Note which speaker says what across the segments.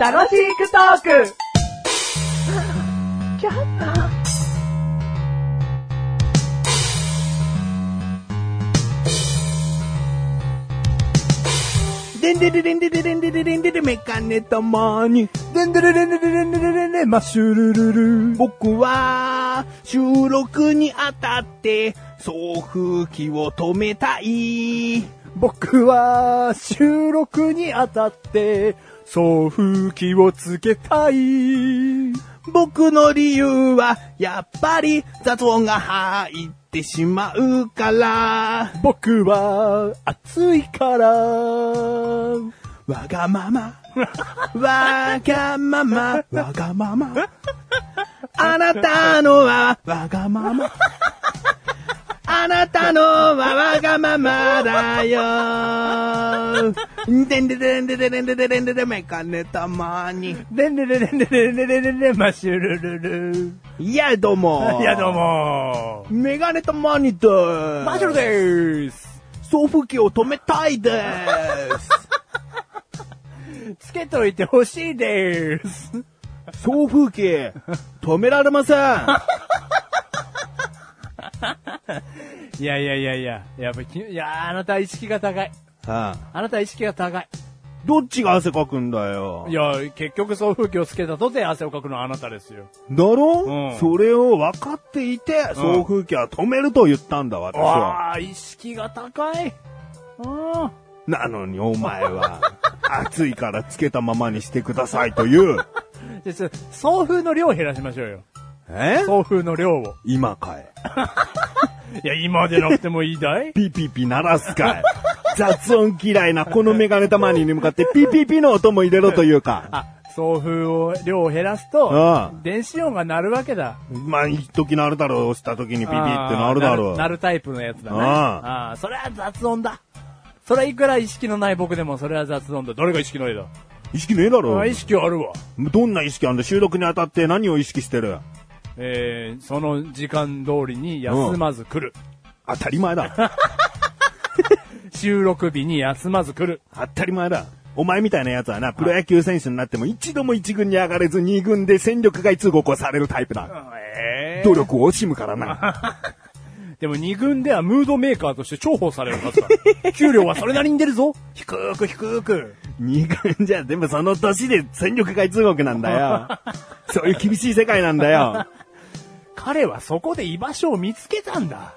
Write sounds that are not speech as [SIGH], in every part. Speaker 1: 楽しくトーク
Speaker 2: でんでれれんでれれんでれれんでれメガネともに。
Speaker 3: でんでれれれれれれれれれ、マッシュルルル。
Speaker 2: 僕は、収録にあたって、送風機を止めたい。
Speaker 3: 僕は、収録にあたって、送風機をつけたい。
Speaker 2: 僕の理由は、やっぱり雑音が入ってしまうから。
Speaker 3: 僕は、暑いから。は
Speaker 2: わがまま。わがまま。わがまま。あなたのはわがまま。あなたのはわがままだよ。でんででんでででんでででんででメガネたまに。
Speaker 3: でんでれれれれれれれれ、マッシュルルル。
Speaker 2: いや、どうも。
Speaker 3: いや、どう。も。
Speaker 2: メガネたまにです。
Speaker 3: マッシュルです。
Speaker 2: 送風機を止めたいです。
Speaker 3: つけといてほしいです。
Speaker 2: 送風機、止められません。
Speaker 3: いやいやいやいや、やっぱき、いや、あなた意識が高い。
Speaker 2: は
Speaker 3: あなた意識が高い。
Speaker 2: いどっちが汗かくんだよ。
Speaker 3: いや、結局送風機をつけたとて汗をかくのはあなたですよ。
Speaker 2: だろ、
Speaker 3: うん
Speaker 2: それを分かっていて、送風機は止めると言ったんだ、私は。
Speaker 3: ああ、意識が高い。あ
Speaker 2: なのに、お前は、 [LAUGHS] 暑いからつけたままにしてくださいという。
Speaker 3: あ。じゃあちょ、送風の量を減らしましょうよ。
Speaker 2: え
Speaker 3: 送風の量を。
Speaker 2: 今かい。
Speaker 3: いや、今でなくてもい
Speaker 2: [LAUGHS]
Speaker 3: いだい
Speaker 2: ピピピ鳴らす
Speaker 3: [LAUGHS]
Speaker 2: かい。雑音嫌いなこのメガネたまにに向かってピピピの音も入れろというか。
Speaker 3: あ、送風を、量を減らすと
Speaker 2: う、ん
Speaker 3: 電子音が鳴るわけだ。
Speaker 2: まあ、一時鳴るだろう、押した時にピピって
Speaker 3: な
Speaker 2: 鳴るだろう。
Speaker 3: 鳴るタイプのやつだね。
Speaker 2: うん
Speaker 3: ああ、それは雑音だ。それはいくら意識のない僕でもそれは雑音だ。どれが意識ないだ
Speaker 2: 意識ねえだろ
Speaker 3: あ意識あるわ。
Speaker 2: どんな意識あんだ収録にあたって何を意識してる
Speaker 3: えー、その時間通りに休まず来る。
Speaker 2: 当たり前だ。
Speaker 3: 収録日に休まず来る。
Speaker 2: 当たり前だ。お前みたいなやつはな、プロ野球選手になっても一度も一軍に上がれず二軍で戦力外通告をされるタイプだ。
Speaker 3: え
Speaker 2: 努力を惜しむから
Speaker 3: [LAUGHS]
Speaker 2: な。
Speaker 3: でも二軍ではムードメーカーとして重宝されるはずだ。 [LAUGHS] 給料はそれなりに出るぞ。低く低く。
Speaker 2: 二軍じゃ、でもその年で戦力外通告なんだ
Speaker 3: [LAUGHS]
Speaker 2: よ。そういう厳しい世界なんだよ。
Speaker 3: 彼はそこで居場所を見つけたんだ。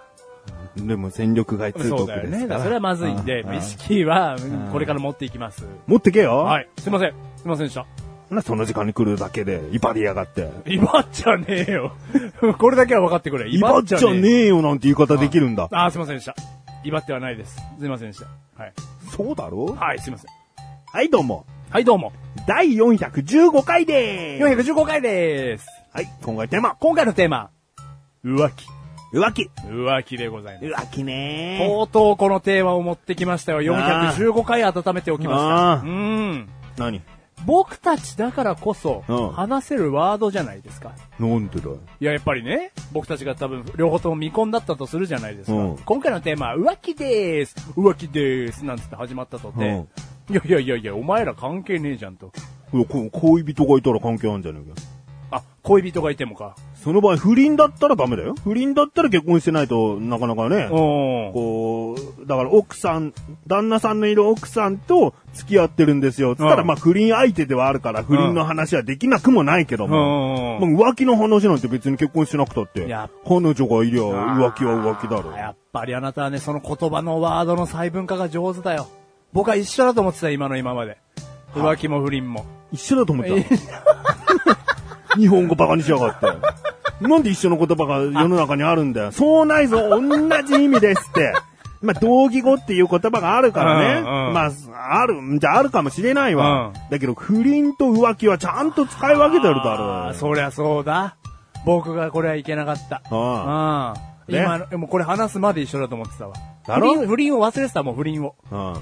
Speaker 2: でも戦力外通
Speaker 3: そう
Speaker 2: 告
Speaker 3: だよ
Speaker 2: で
Speaker 3: ね。
Speaker 2: す
Speaker 3: だ
Speaker 2: からら。
Speaker 3: かそれはまずいんで、
Speaker 2: うん
Speaker 3: 意識はうんこれから持っていきます。
Speaker 2: 持ってけよ。
Speaker 3: はい。すいません。すいませんでした。
Speaker 2: な、その時間に来るだけで、威張りやがって。
Speaker 3: 威張っちゃねえよ。 [LAUGHS] これだけは分かってくれ。
Speaker 2: 威張っちゃね
Speaker 3: え。
Speaker 2: えよなんて言い方できるん
Speaker 3: [LAUGHS]
Speaker 2: だ。
Speaker 3: ああ、すいませんでした。威張ってはないです。すいませんでした。はい。
Speaker 2: そうだろ
Speaker 3: はい、すいません。
Speaker 2: はい、どうも。
Speaker 3: はい、どうも。
Speaker 2: 第415回でーす。
Speaker 3: 415回でーす。
Speaker 2: はい、今回テーマ、
Speaker 3: 今回のテーマ、浮気。
Speaker 2: 浮気。
Speaker 3: 浮気でございます。
Speaker 2: 浮気ね
Speaker 3: とうとうこのテーマを持ってきましたよ。
Speaker 2: あー
Speaker 3: 415回温めておきま
Speaker 2: あ
Speaker 3: した。う
Speaker 2: ー
Speaker 3: ん。
Speaker 2: ー。何
Speaker 3: 僕たちだからこそ
Speaker 2: うん、
Speaker 3: 話せるワードじゃないですか。
Speaker 2: なんでだよ。
Speaker 3: いや、やっぱりね、僕たちが多分、両方とも未婚だったとするじゃないですか。
Speaker 2: うん
Speaker 3: 今回のテーマは、浮気でーす浮気でーすなんつって始まったとて、
Speaker 2: うん
Speaker 3: いやいやいやいや、お前ら関係ねえじゃんと。
Speaker 2: いやこ恋人がいたら関係あるんじゃねえか。
Speaker 3: あ、恋人がいてもか。
Speaker 2: その場合、不倫だったらダメだよ。不倫だったら結婚してないとなかなかね
Speaker 3: う。ん。
Speaker 2: こう、だから奥さん、旦那さんのいる奥さんと付き合ってるんですよ。つったら、
Speaker 3: うん
Speaker 2: まあ不倫相手ではあるから、不倫の話はできなくもないけども。
Speaker 3: うん
Speaker 2: まあ浮気の話なんて別に結婚してなくたって。
Speaker 3: いや
Speaker 2: 彼女がいりゃ浮気は浮気だろ。
Speaker 3: やっぱりあなたはね、その言葉のワードの細分化が上手だよ。僕は一緒だと思ってた、今の今まで。浮気も不倫も。
Speaker 2: 一緒だと思った。日本語バカにしやがって。なんで一緒の言葉が世の中にあるんだよ。そうないぞ、同じ意味ですって。まあ、同義語っていう言葉があるからね。
Speaker 3: うんうん
Speaker 2: まあ、ある、じゃああるかもしれないわ。
Speaker 3: うん
Speaker 2: だけど、不倫と浮気はちゃんと使い分けてる
Speaker 3: あ
Speaker 2: だ
Speaker 3: ー
Speaker 2: ろう。
Speaker 3: そりゃそうだ。僕がこれはいけなかった。
Speaker 2: あ
Speaker 3: うん
Speaker 2: ね
Speaker 3: 今の、もうこれ話すまで一緒だと思ってたわ。
Speaker 2: だろ
Speaker 3: 不倫不倫を忘れてたもん、不倫を。
Speaker 2: うん。
Speaker 3: うん。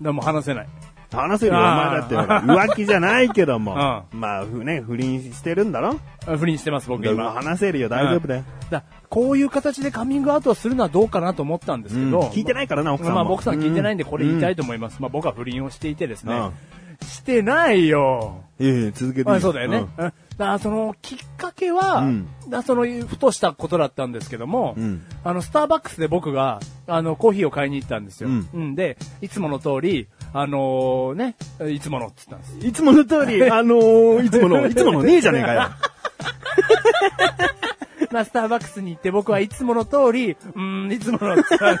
Speaker 3: でも話せない。
Speaker 2: と話せるよ、お
Speaker 3: あー
Speaker 2: 前だって。浮気じゃないけども。
Speaker 3: う
Speaker 2: まあ、ふね、不倫してるんだろ
Speaker 3: あ不倫してます、僕
Speaker 2: でも
Speaker 3: 今。
Speaker 2: 話せるよ、大丈夫だよ。
Speaker 3: だこういう形でカミングアウトをするのはどうかなと思ったんですけ
Speaker 2: うん
Speaker 3: ど、
Speaker 2: 聞いてないからな、奥さんも。
Speaker 3: まあ、僕さん聞いてないんで、これ言いたい
Speaker 2: と。
Speaker 3: と思います。まあ、僕は不倫をしていてですね。
Speaker 2: うん
Speaker 3: してないよ。
Speaker 2: いやいや続けていい
Speaker 3: まあ、そうだよね。
Speaker 2: ん
Speaker 3: うんだからそのきっかけは、
Speaker 2: うん
Speaker 3: だそのふとしたことだったんですけども、
Speaker 2: うん
Speaker 3: あのスターバックスで僕があのコーヒーを買いに行ったんですよ。
Speaker 2: うん
Speaker 3: うんで、いつもの通り、あのーね、いつものっつった
Speaker 2: [LAUGHS]
Speaker 3: んです。
Speaker 2: いつもの通り、あのー、いつもの、いつものねえじゃねえかよ。
Speaker 3: まあ、スターバックスに行って僕はいつもの通り、うーん、いつものっつったんです。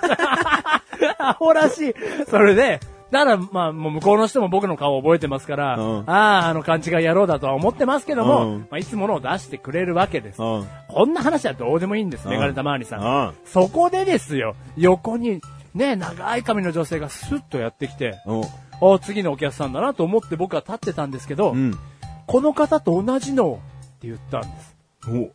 Speaker 2: [LAUGHS]
Speaker 3: アホらしい。それで、だから、まあ、もう向こうの人も僕の顔を覚えてますから、
Speaker 2: うん
Speaker 3: ああ、あの勘違い野郎だとは思ってますけども、
Speaker 2: うん
Speaker 3: まあ、いつものを出してくれるわけで
Speaker 2: [LAUGHS]
Speaker 3: す。
Speaker 2: うん
Speaker 3: こんな話はどうでもいいんです、
Speaker 2: うん
Speaker 3: メガネタマーニさん。
Speaker 2: うん
Speaker 3: そこでですよ、横に、ね、長い髪の女性がスッとやってきて、
Speaker 2: お
Speaker 3: お次のお客さんだなと思って僕は立ってたんですけど、
Speaker 2: うん。
Speaker 3: この方と同じのをって言ったんです。
Speaker 2: お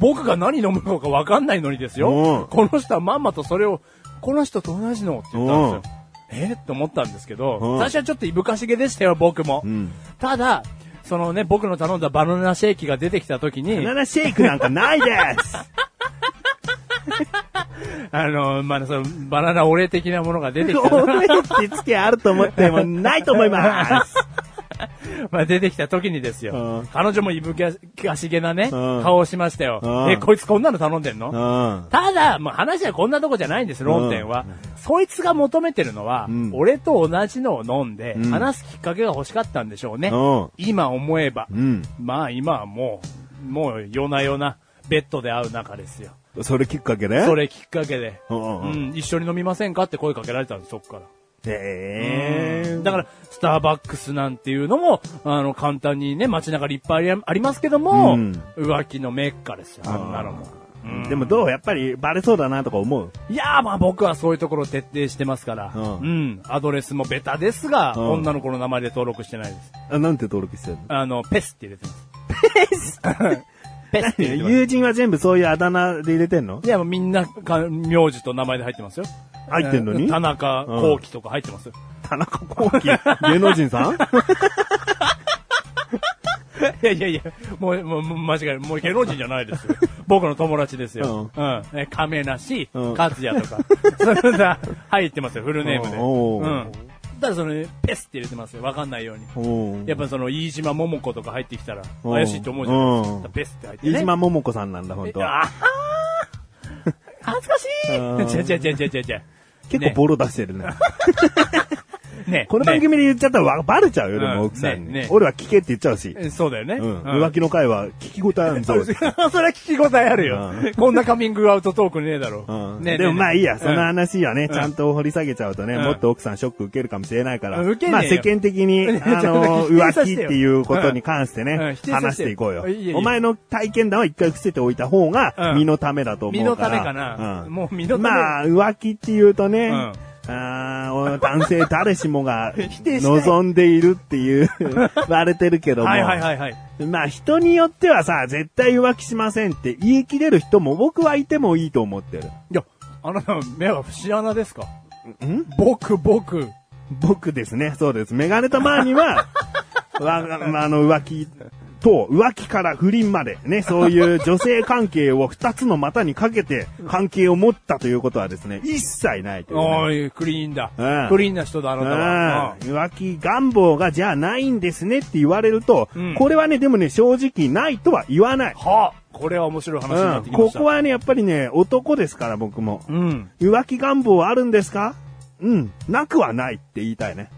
Speaker 3: 僕が何飲むのか分かんないのにです
Speaker 2: う
Speaker 3: よ
Speaker 2: ん。
Speaker 3: この人はまんまとそれを、この人と同じのって言ったんですよ。えーって思ったんですけど、
Speaker 2: うん
Speaker 3: 最初はちょっといぶかしげでしたよ、僕も。
Speaker 2: うん
Speaker 3: ただ、そのね、僕の頼んだバナナシェイキが出てきた時に
Speaker 2: バナ、ナシェイクなんかない [LAUGHS] です
Speaker 3: あの、まあ、その、バナナオレ的なものが出てきた、
Speaker 2: おめってつけあると思っても、ないと思います。
Speaker 3: まあ、出てきた時にですよ。
Speaker 2: うん
Speaker 3: 彼女もいぶかしげなね、
Speaker 2: うん
Speaker 3: 顔をしましたよ。
Speaker 2: うん
Speaker 3: え、こいつこんなの頼んでんの
Speaker 2: [LAUGHS] うん。
Speaker 3: ただ、もう話はこんなとこじゃないんです、論点は。そいつが求めてるのは、
Speaker 2: うん
Speaker 3: 俺と同じのを飲んで、
Speaker 2: うん
Speaker 3: 話すきっかけが欲しかったんでしょうね。
Speaker 2: うん
Speaker 3: 今思えば。
Speaker 2: うん。
Speaker 3: まあ今はもう、もう夜な夜な、ベッドで会う仲ですよ。
Speaker 2: それきっかけね。
Speaker 3: それきっかけで。
Speaker 2: う
Speaker 3: うん
Speaker 2: うんうん
Speaker 3: ん、一緒に飲みませんかって声かけられたんです、そっから。
Speaker 2: へえ。
Speaker 3: だから、スターバックスなんていうのも、あの、簡単にね、街中にいっぱいありありますけども、
Speaker 2: うん
Speaker 3: 浮気のメッカですよ、あんなのも。
Speaker 2: でもどうやっぱりバレそうだなとか思う。
Speaker 3: いやーまあ僕はそういうところを徹底してますから、
Speaker 2: う
Speaker 3: うんん、アドレスもベタですが、
Speaker 2: うん
Speaker 3: 女の子の名前で登録してないです。
Speaker 2: あ、なんて登録してる
Speaker 3: あの、ペスって入れてます。 [LAUGHS] ペスペスって入れて
Speaker 2: の
Speaker 3: ます。
Speaker 2: 友人は全部そういうあだ名で入れてんの
Speaker 3: いや、もうみんなか、名字と名前で入ってますよ。
Speaker 2: 入ってんのに
Speaker 3: うん田中幸喜とか入ってますよ。
Speaker 2: 田中 [LAUGHS] 幸喜。芸能人 [LAUGHS] さん
Speaker 3: いやいやいや、もう、もう、もう間違いない。もう芸能人じゃないですよ。
Speaker 2: [LAUGHS]
Speaker 3: 僕の友達ですよ。うん。え亀梨、
Speaker 2: うん
Speaker 3: 和也
Speaker 2: [LAUGHS]
Speaker 3: とか。そんな、入ってますよ、フルネームで。
Speaker 2: おー
Speaker 3: うん。ただその、ペスって入れてますよ。わかんないように。
Speaker 2: お
Speaker 3: やっぱその、飯島桃子とか入ってきたら、
Speaker 2: うん
Speaker 3: 怪しいと思うじゃないです
Speaker 2: うん
Speaker 3: か。だからペスって入ってね。
Speaker 2: 飯島桃子さんなんだ、本当
Speaker 3: いや
Speaker 2: は。
Speaker 3: あはー恥ずかしいじゃじゃじゃじゃじゃ
Speaker 2: 結構ボロ出してるね。
Speaker 3: ね。
Speaker 2: この番
Speaker 3: ね
Speaker 2: 組で言っちゃったらわバレちゃうよ、で
Speaker 3: うん
Speaker 2: も奥さん
Speaker 3: ね
Speaker 2: に
Speaker 3: ね。
Speaker 2: 俺は聞けって言っちゃうし。
Speaker 3: えそうだよね。
Speaker 2: うん。
Speaker 3: うん
Speaker 2: 浮気の会は聞き応えあるぞ。
Speaker 3: それは聞き応えあるよ。
Speaker 2: う
Speaker 3: こんなカミングアウトトークねえだろ。
Speaker 2: うん
Speaker 3: ねえ
Speaker 2: でもまあいいや、
Speaker 3: ねえ
Speaker 2: その話はね、
Speaker 3: ん
Speaker 2: ちゃんと掘り下げちゃうとね、
Speaker 3: うん
Speaker 2: もっと奥さんショック受けるかもしれないから、
Speaker 3: うん受けねえよ
Speaker 2: まあ世間的
Speaker 3: [LAUGHS]
Speaker 2: に、
Speaker 3: ね
Speaker 2: あ
Speaker 3: ちょ
Speaker 2: の、
Speaker 3: っと否定
Speaker 2: 浮
Speaker 3: さ
Speaker 2: 気っ
Speaker 3: せ
Speaker 2: て
Speaker 3: よ
Speaker 2: ていうことに関して
Speaker 3: うんうん
Speaker 2: ね
Speaker 3: 否定、さ
Speaker 2: 話し
Speaker 3: せてよ
Speaker 2: ていこうよ
Speaker 3: いやいやい。や
Speaker 2: お前の体験談は一回伏せておいた方が、
Speaker 3: うん
Speaker 2: 身のためだと思
Speaker 3: 身
Speaker 2: う
Speaker 3: の
Speaker 2: か
Speaker 3: ため
Speaker 2: ら。
Speaker 3: かな。
Speaker 2: うん
Speaker 3: もう身のため。
Speaker 2: まあ、浮気っていうとね、
Speaker 3: うん
Speaker 2: あー男性誰しも
Speaker 3: [LAUGHS]
Speaker 2: が
Speaker 3: 定しない
Speaker 2: 望んでいるって
Speaker 3: [LAUGHS]
Speaker 2: いう言われてるけども、
Speaker 3: はいはいはいはい。
Speaker 2: まあ人によってはさ、絶対浮気しませんって言い切れる人も僕はいてもいいと思ってる。
Speaker 3: いや、あなた、目は節穴ですか
Speaker 2: ん
Speaker 3: 僕、僕。
Speaker 2: 僕ですね、そうです。メガネたまに
Speaker 3: [LAUGHS]
Speaker 2: は、わ、まあ、あの、浮気と、浮気から不倫まで、ね、そういう女性関係を二つの股にかけて関係を持ったということはですね、一切ないというね、
Speaker 3: おい、クリーンだ
Speaker 2: うん。
Speaker 3: クリーンな人だ、あなたは。
Speaker 2: うん浮気願望がじゃあないんですねって言われると、
Speaker 3: うん
Speaker 2: これはね、でもね、正直ないとは言わない。
Speaker 3: はあ、これは面白い話にな
Speaker 2: う
Speaker 3: っ
Speaker 2: ん、
Speaker 3: てきま
Speaker 2: こ
Speaker 3: した。
Speaker 2: こはね、やっぱりね、男ですから僕も。
Speaker 3: うん。
Speaker 2: 浮気願望あるんですかうん、なくはないって言いたいね。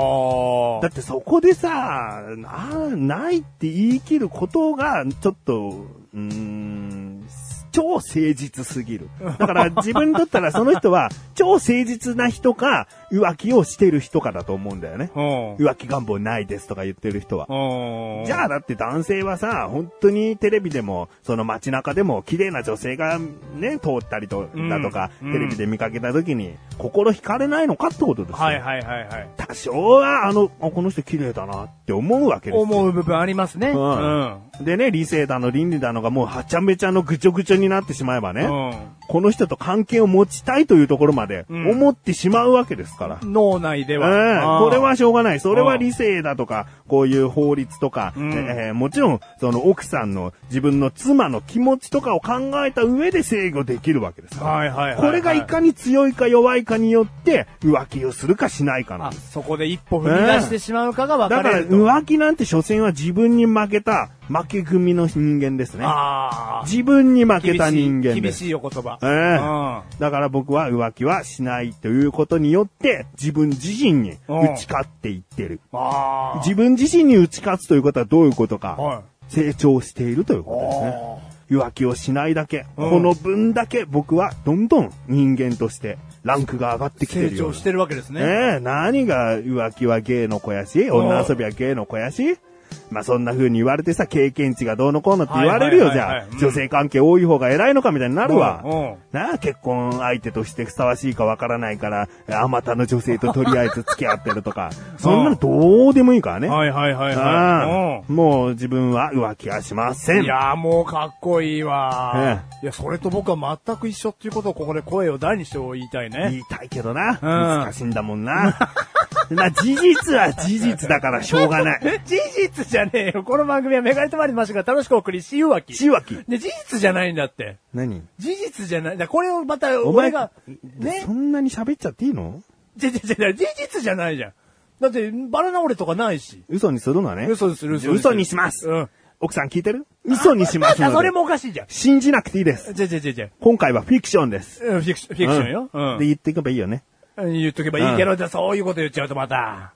Speaker 3: は
Speaker 2: だってそこでさ、な、ないって言い切ることが、ちょっと、うーん、超誠実すぎる。だから自分にとったらその人は、超誠実な人か、浮気をしてる人かだと思うんだよね。
Speaker 3: あ。うん。
Speaker 2: 浮気願望ないですとか言ってる人は。
Speaker 3: うん
Speaker 2: じゃあだって男性はさ、本当にテレビでも、その街中でも綺麗な女性がね、通ったりと、
Speaker 3: うん
Speaker 2: だとか、
Speaker 3: うん
Speaker 2: テレビで見かけた時に、心惹かれないのかってことですよ。
Speaker 3: はいはいはいはい。
Speaker 2: 多少は、あの、あこの人綺麗だなって思うわけですよ。
Speaker 3: 思う部分ありますね。
Speaker 2: う
Speaker 3: うんん。うん。
Speaker 2: でね、理性だの倫理だのがもうはちゃめちゃのぐちょぐちょになってしまえばね、この人と関係を持ちたいというところまで
Speaker 3: うん
Speaker 2: 思ってしまうわけですから。
Speaker 3: 脳内で
Speaker 2: うん、
Speaker 3: は。あー
Speaker 2: これはしょうがない。それは理性だとか、こういう法律とか、
Speaker 3: うん
Speaker 2: えーもちろん、その奥さんの自分の妻の気持ちとかを考えた上で制御できるわけですから。
Speaker 3: はいはいはいはい。
Speaker 2: これがいかに強いか弱いかによって、浮気をするかしないかな
Speaker 3: あ、
Speaker 2: んです。
Speaker 3: そこで一歩踏み出してしまうかが分
Speaker 2: だ
Speaker 3: か
Speaker 2: か
Speaker 3: れ
Speaker 2: ら、
Speaker 3: ると。
Speaker 2: 浮気なんて所詮は自分に負けた、負け組の人間ですね。
Speaker 3: ああ。
Speaker 2: 自分に負
Speaker 3: 厳
Speaker 2: けた
Speaker 3: しい
Speaker 2: 人間です。
Speaker 3: 厳しいお言葉。
Speaker 2: えだから僕は浮気はしないということによって、自分自身に打ち勝っていってる。
Speaker 3: うん。ああ。
Speaker 2: 自分自身に打ち勝つということはどういうことか、
Speaker 3: はい。
Speaker 2: 成長しているということですね。
Speaker 3: あ
Speaker 2: 浮気をしないだけ、
Speaker 3: うん
Speaker 2: この分だけ僕はどんどん人間としてランクが上がって
Speaker 3: ー
Speaker 2: きて
Speaker 3: 成
Speaker 2: るよう
Speaker 3: 長
Speaker 2: な。
Speaker 3: してるわけですね。
Speaker 2: ねえ、何が浮気は芸の子やし、
Speaker 3: ん
Speaker 2: 女遊びは芸の子やし、まあそんな風に言われてさ、経験値がどうのこうのって言われるよ、
Speaker 3: はい
Speaker 2: じ
Speaker 3: はいはい
Speaker 2: ゃ
Speaker 3: は
Speaker 2: あ
Speaker 3: いうん。
Speaker 2: 女性関係多い方が偉いのかみたいになるわ
Speaker 3: うんうん。
Speaker 2: なあ、結婚相手としてふさわしいかわからないから、あまたの女性ととりあえず付き合ってるとか、そんなのどうでもいいからね。
Speaker 3: はいはいはい
Speaker 2: あ
Speaker 3: は
Speaker 2: あ
Speaker 3: い。
Speaker 2: もう自分は浮気はしませ。
Speaker 3: うんん。いやーもうかっこいいわ
Speaker 2: え。
Speaker 3: いや、それと僕は全く一緒っていうことをここで声を大にして言いたいね。
Speaker 2: 言いたいけどな。
Speaker 3: うん
Speaker 2: 難しいんだもんな。 [LAUGHS] まあ事実は事実だからしょうが
Speaker 3: [LAUGHS]
Speaker 2: ない。
Speaker 3: 事実じゃねえよ。この番組はメガネとまりましたが楽しくお送りし、ゆうわき。
Speaker 2: ちわき。
Speaker 3: で、事実じゃないんだって。
Speaker 2: 何
Speaker 3: 事実じゃない。だからこれをまた、
Speaker 2: お前
Speaker 3: 俺が
Speaker 2: が、、
Speaker 3: ね
Speaker 2: そ。んなに喋っちゃっていいの
Speaker 3: じゃじゃじゃ事実じゃないじゃん。だって、バラ直れとかないし。
Speaker 2: 嘘にするのはね。
Speaker 3: 嘘でする
Speaker 2: じゃあ嘘にします。
Speaker 3: うん。
Speaker 2: 奥さん聞いてる嘘にしますの
Speaker 3: あ、
Speaker 2: で。
Speaker 3: それもおかしいじゃん。
Speaker 2: 信じなくていいです。
Speaker 3: じゃじゃじゃじゃ
Speaker 2: 今回はフィクションです。
Speaker 3: フィクション、フィクションよ。う
Speaker 2: うんで、
Speaker 3: ん。
Speaker 2: 言っていけばいいよね。
Speaker 3: 言っとけばいいけど、じゃあそういうこと言っちゃうとまた。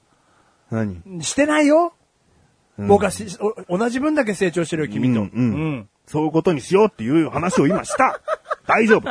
Speaker 2: 何
Speaker 3: してないよ。
Speaker 2: うん
Speaker 3: 僕はし、お同じ分だけ成長してるよ、君と。
Speaker 2: うんうんそういうことにしようっていう話を今した。大丈夫。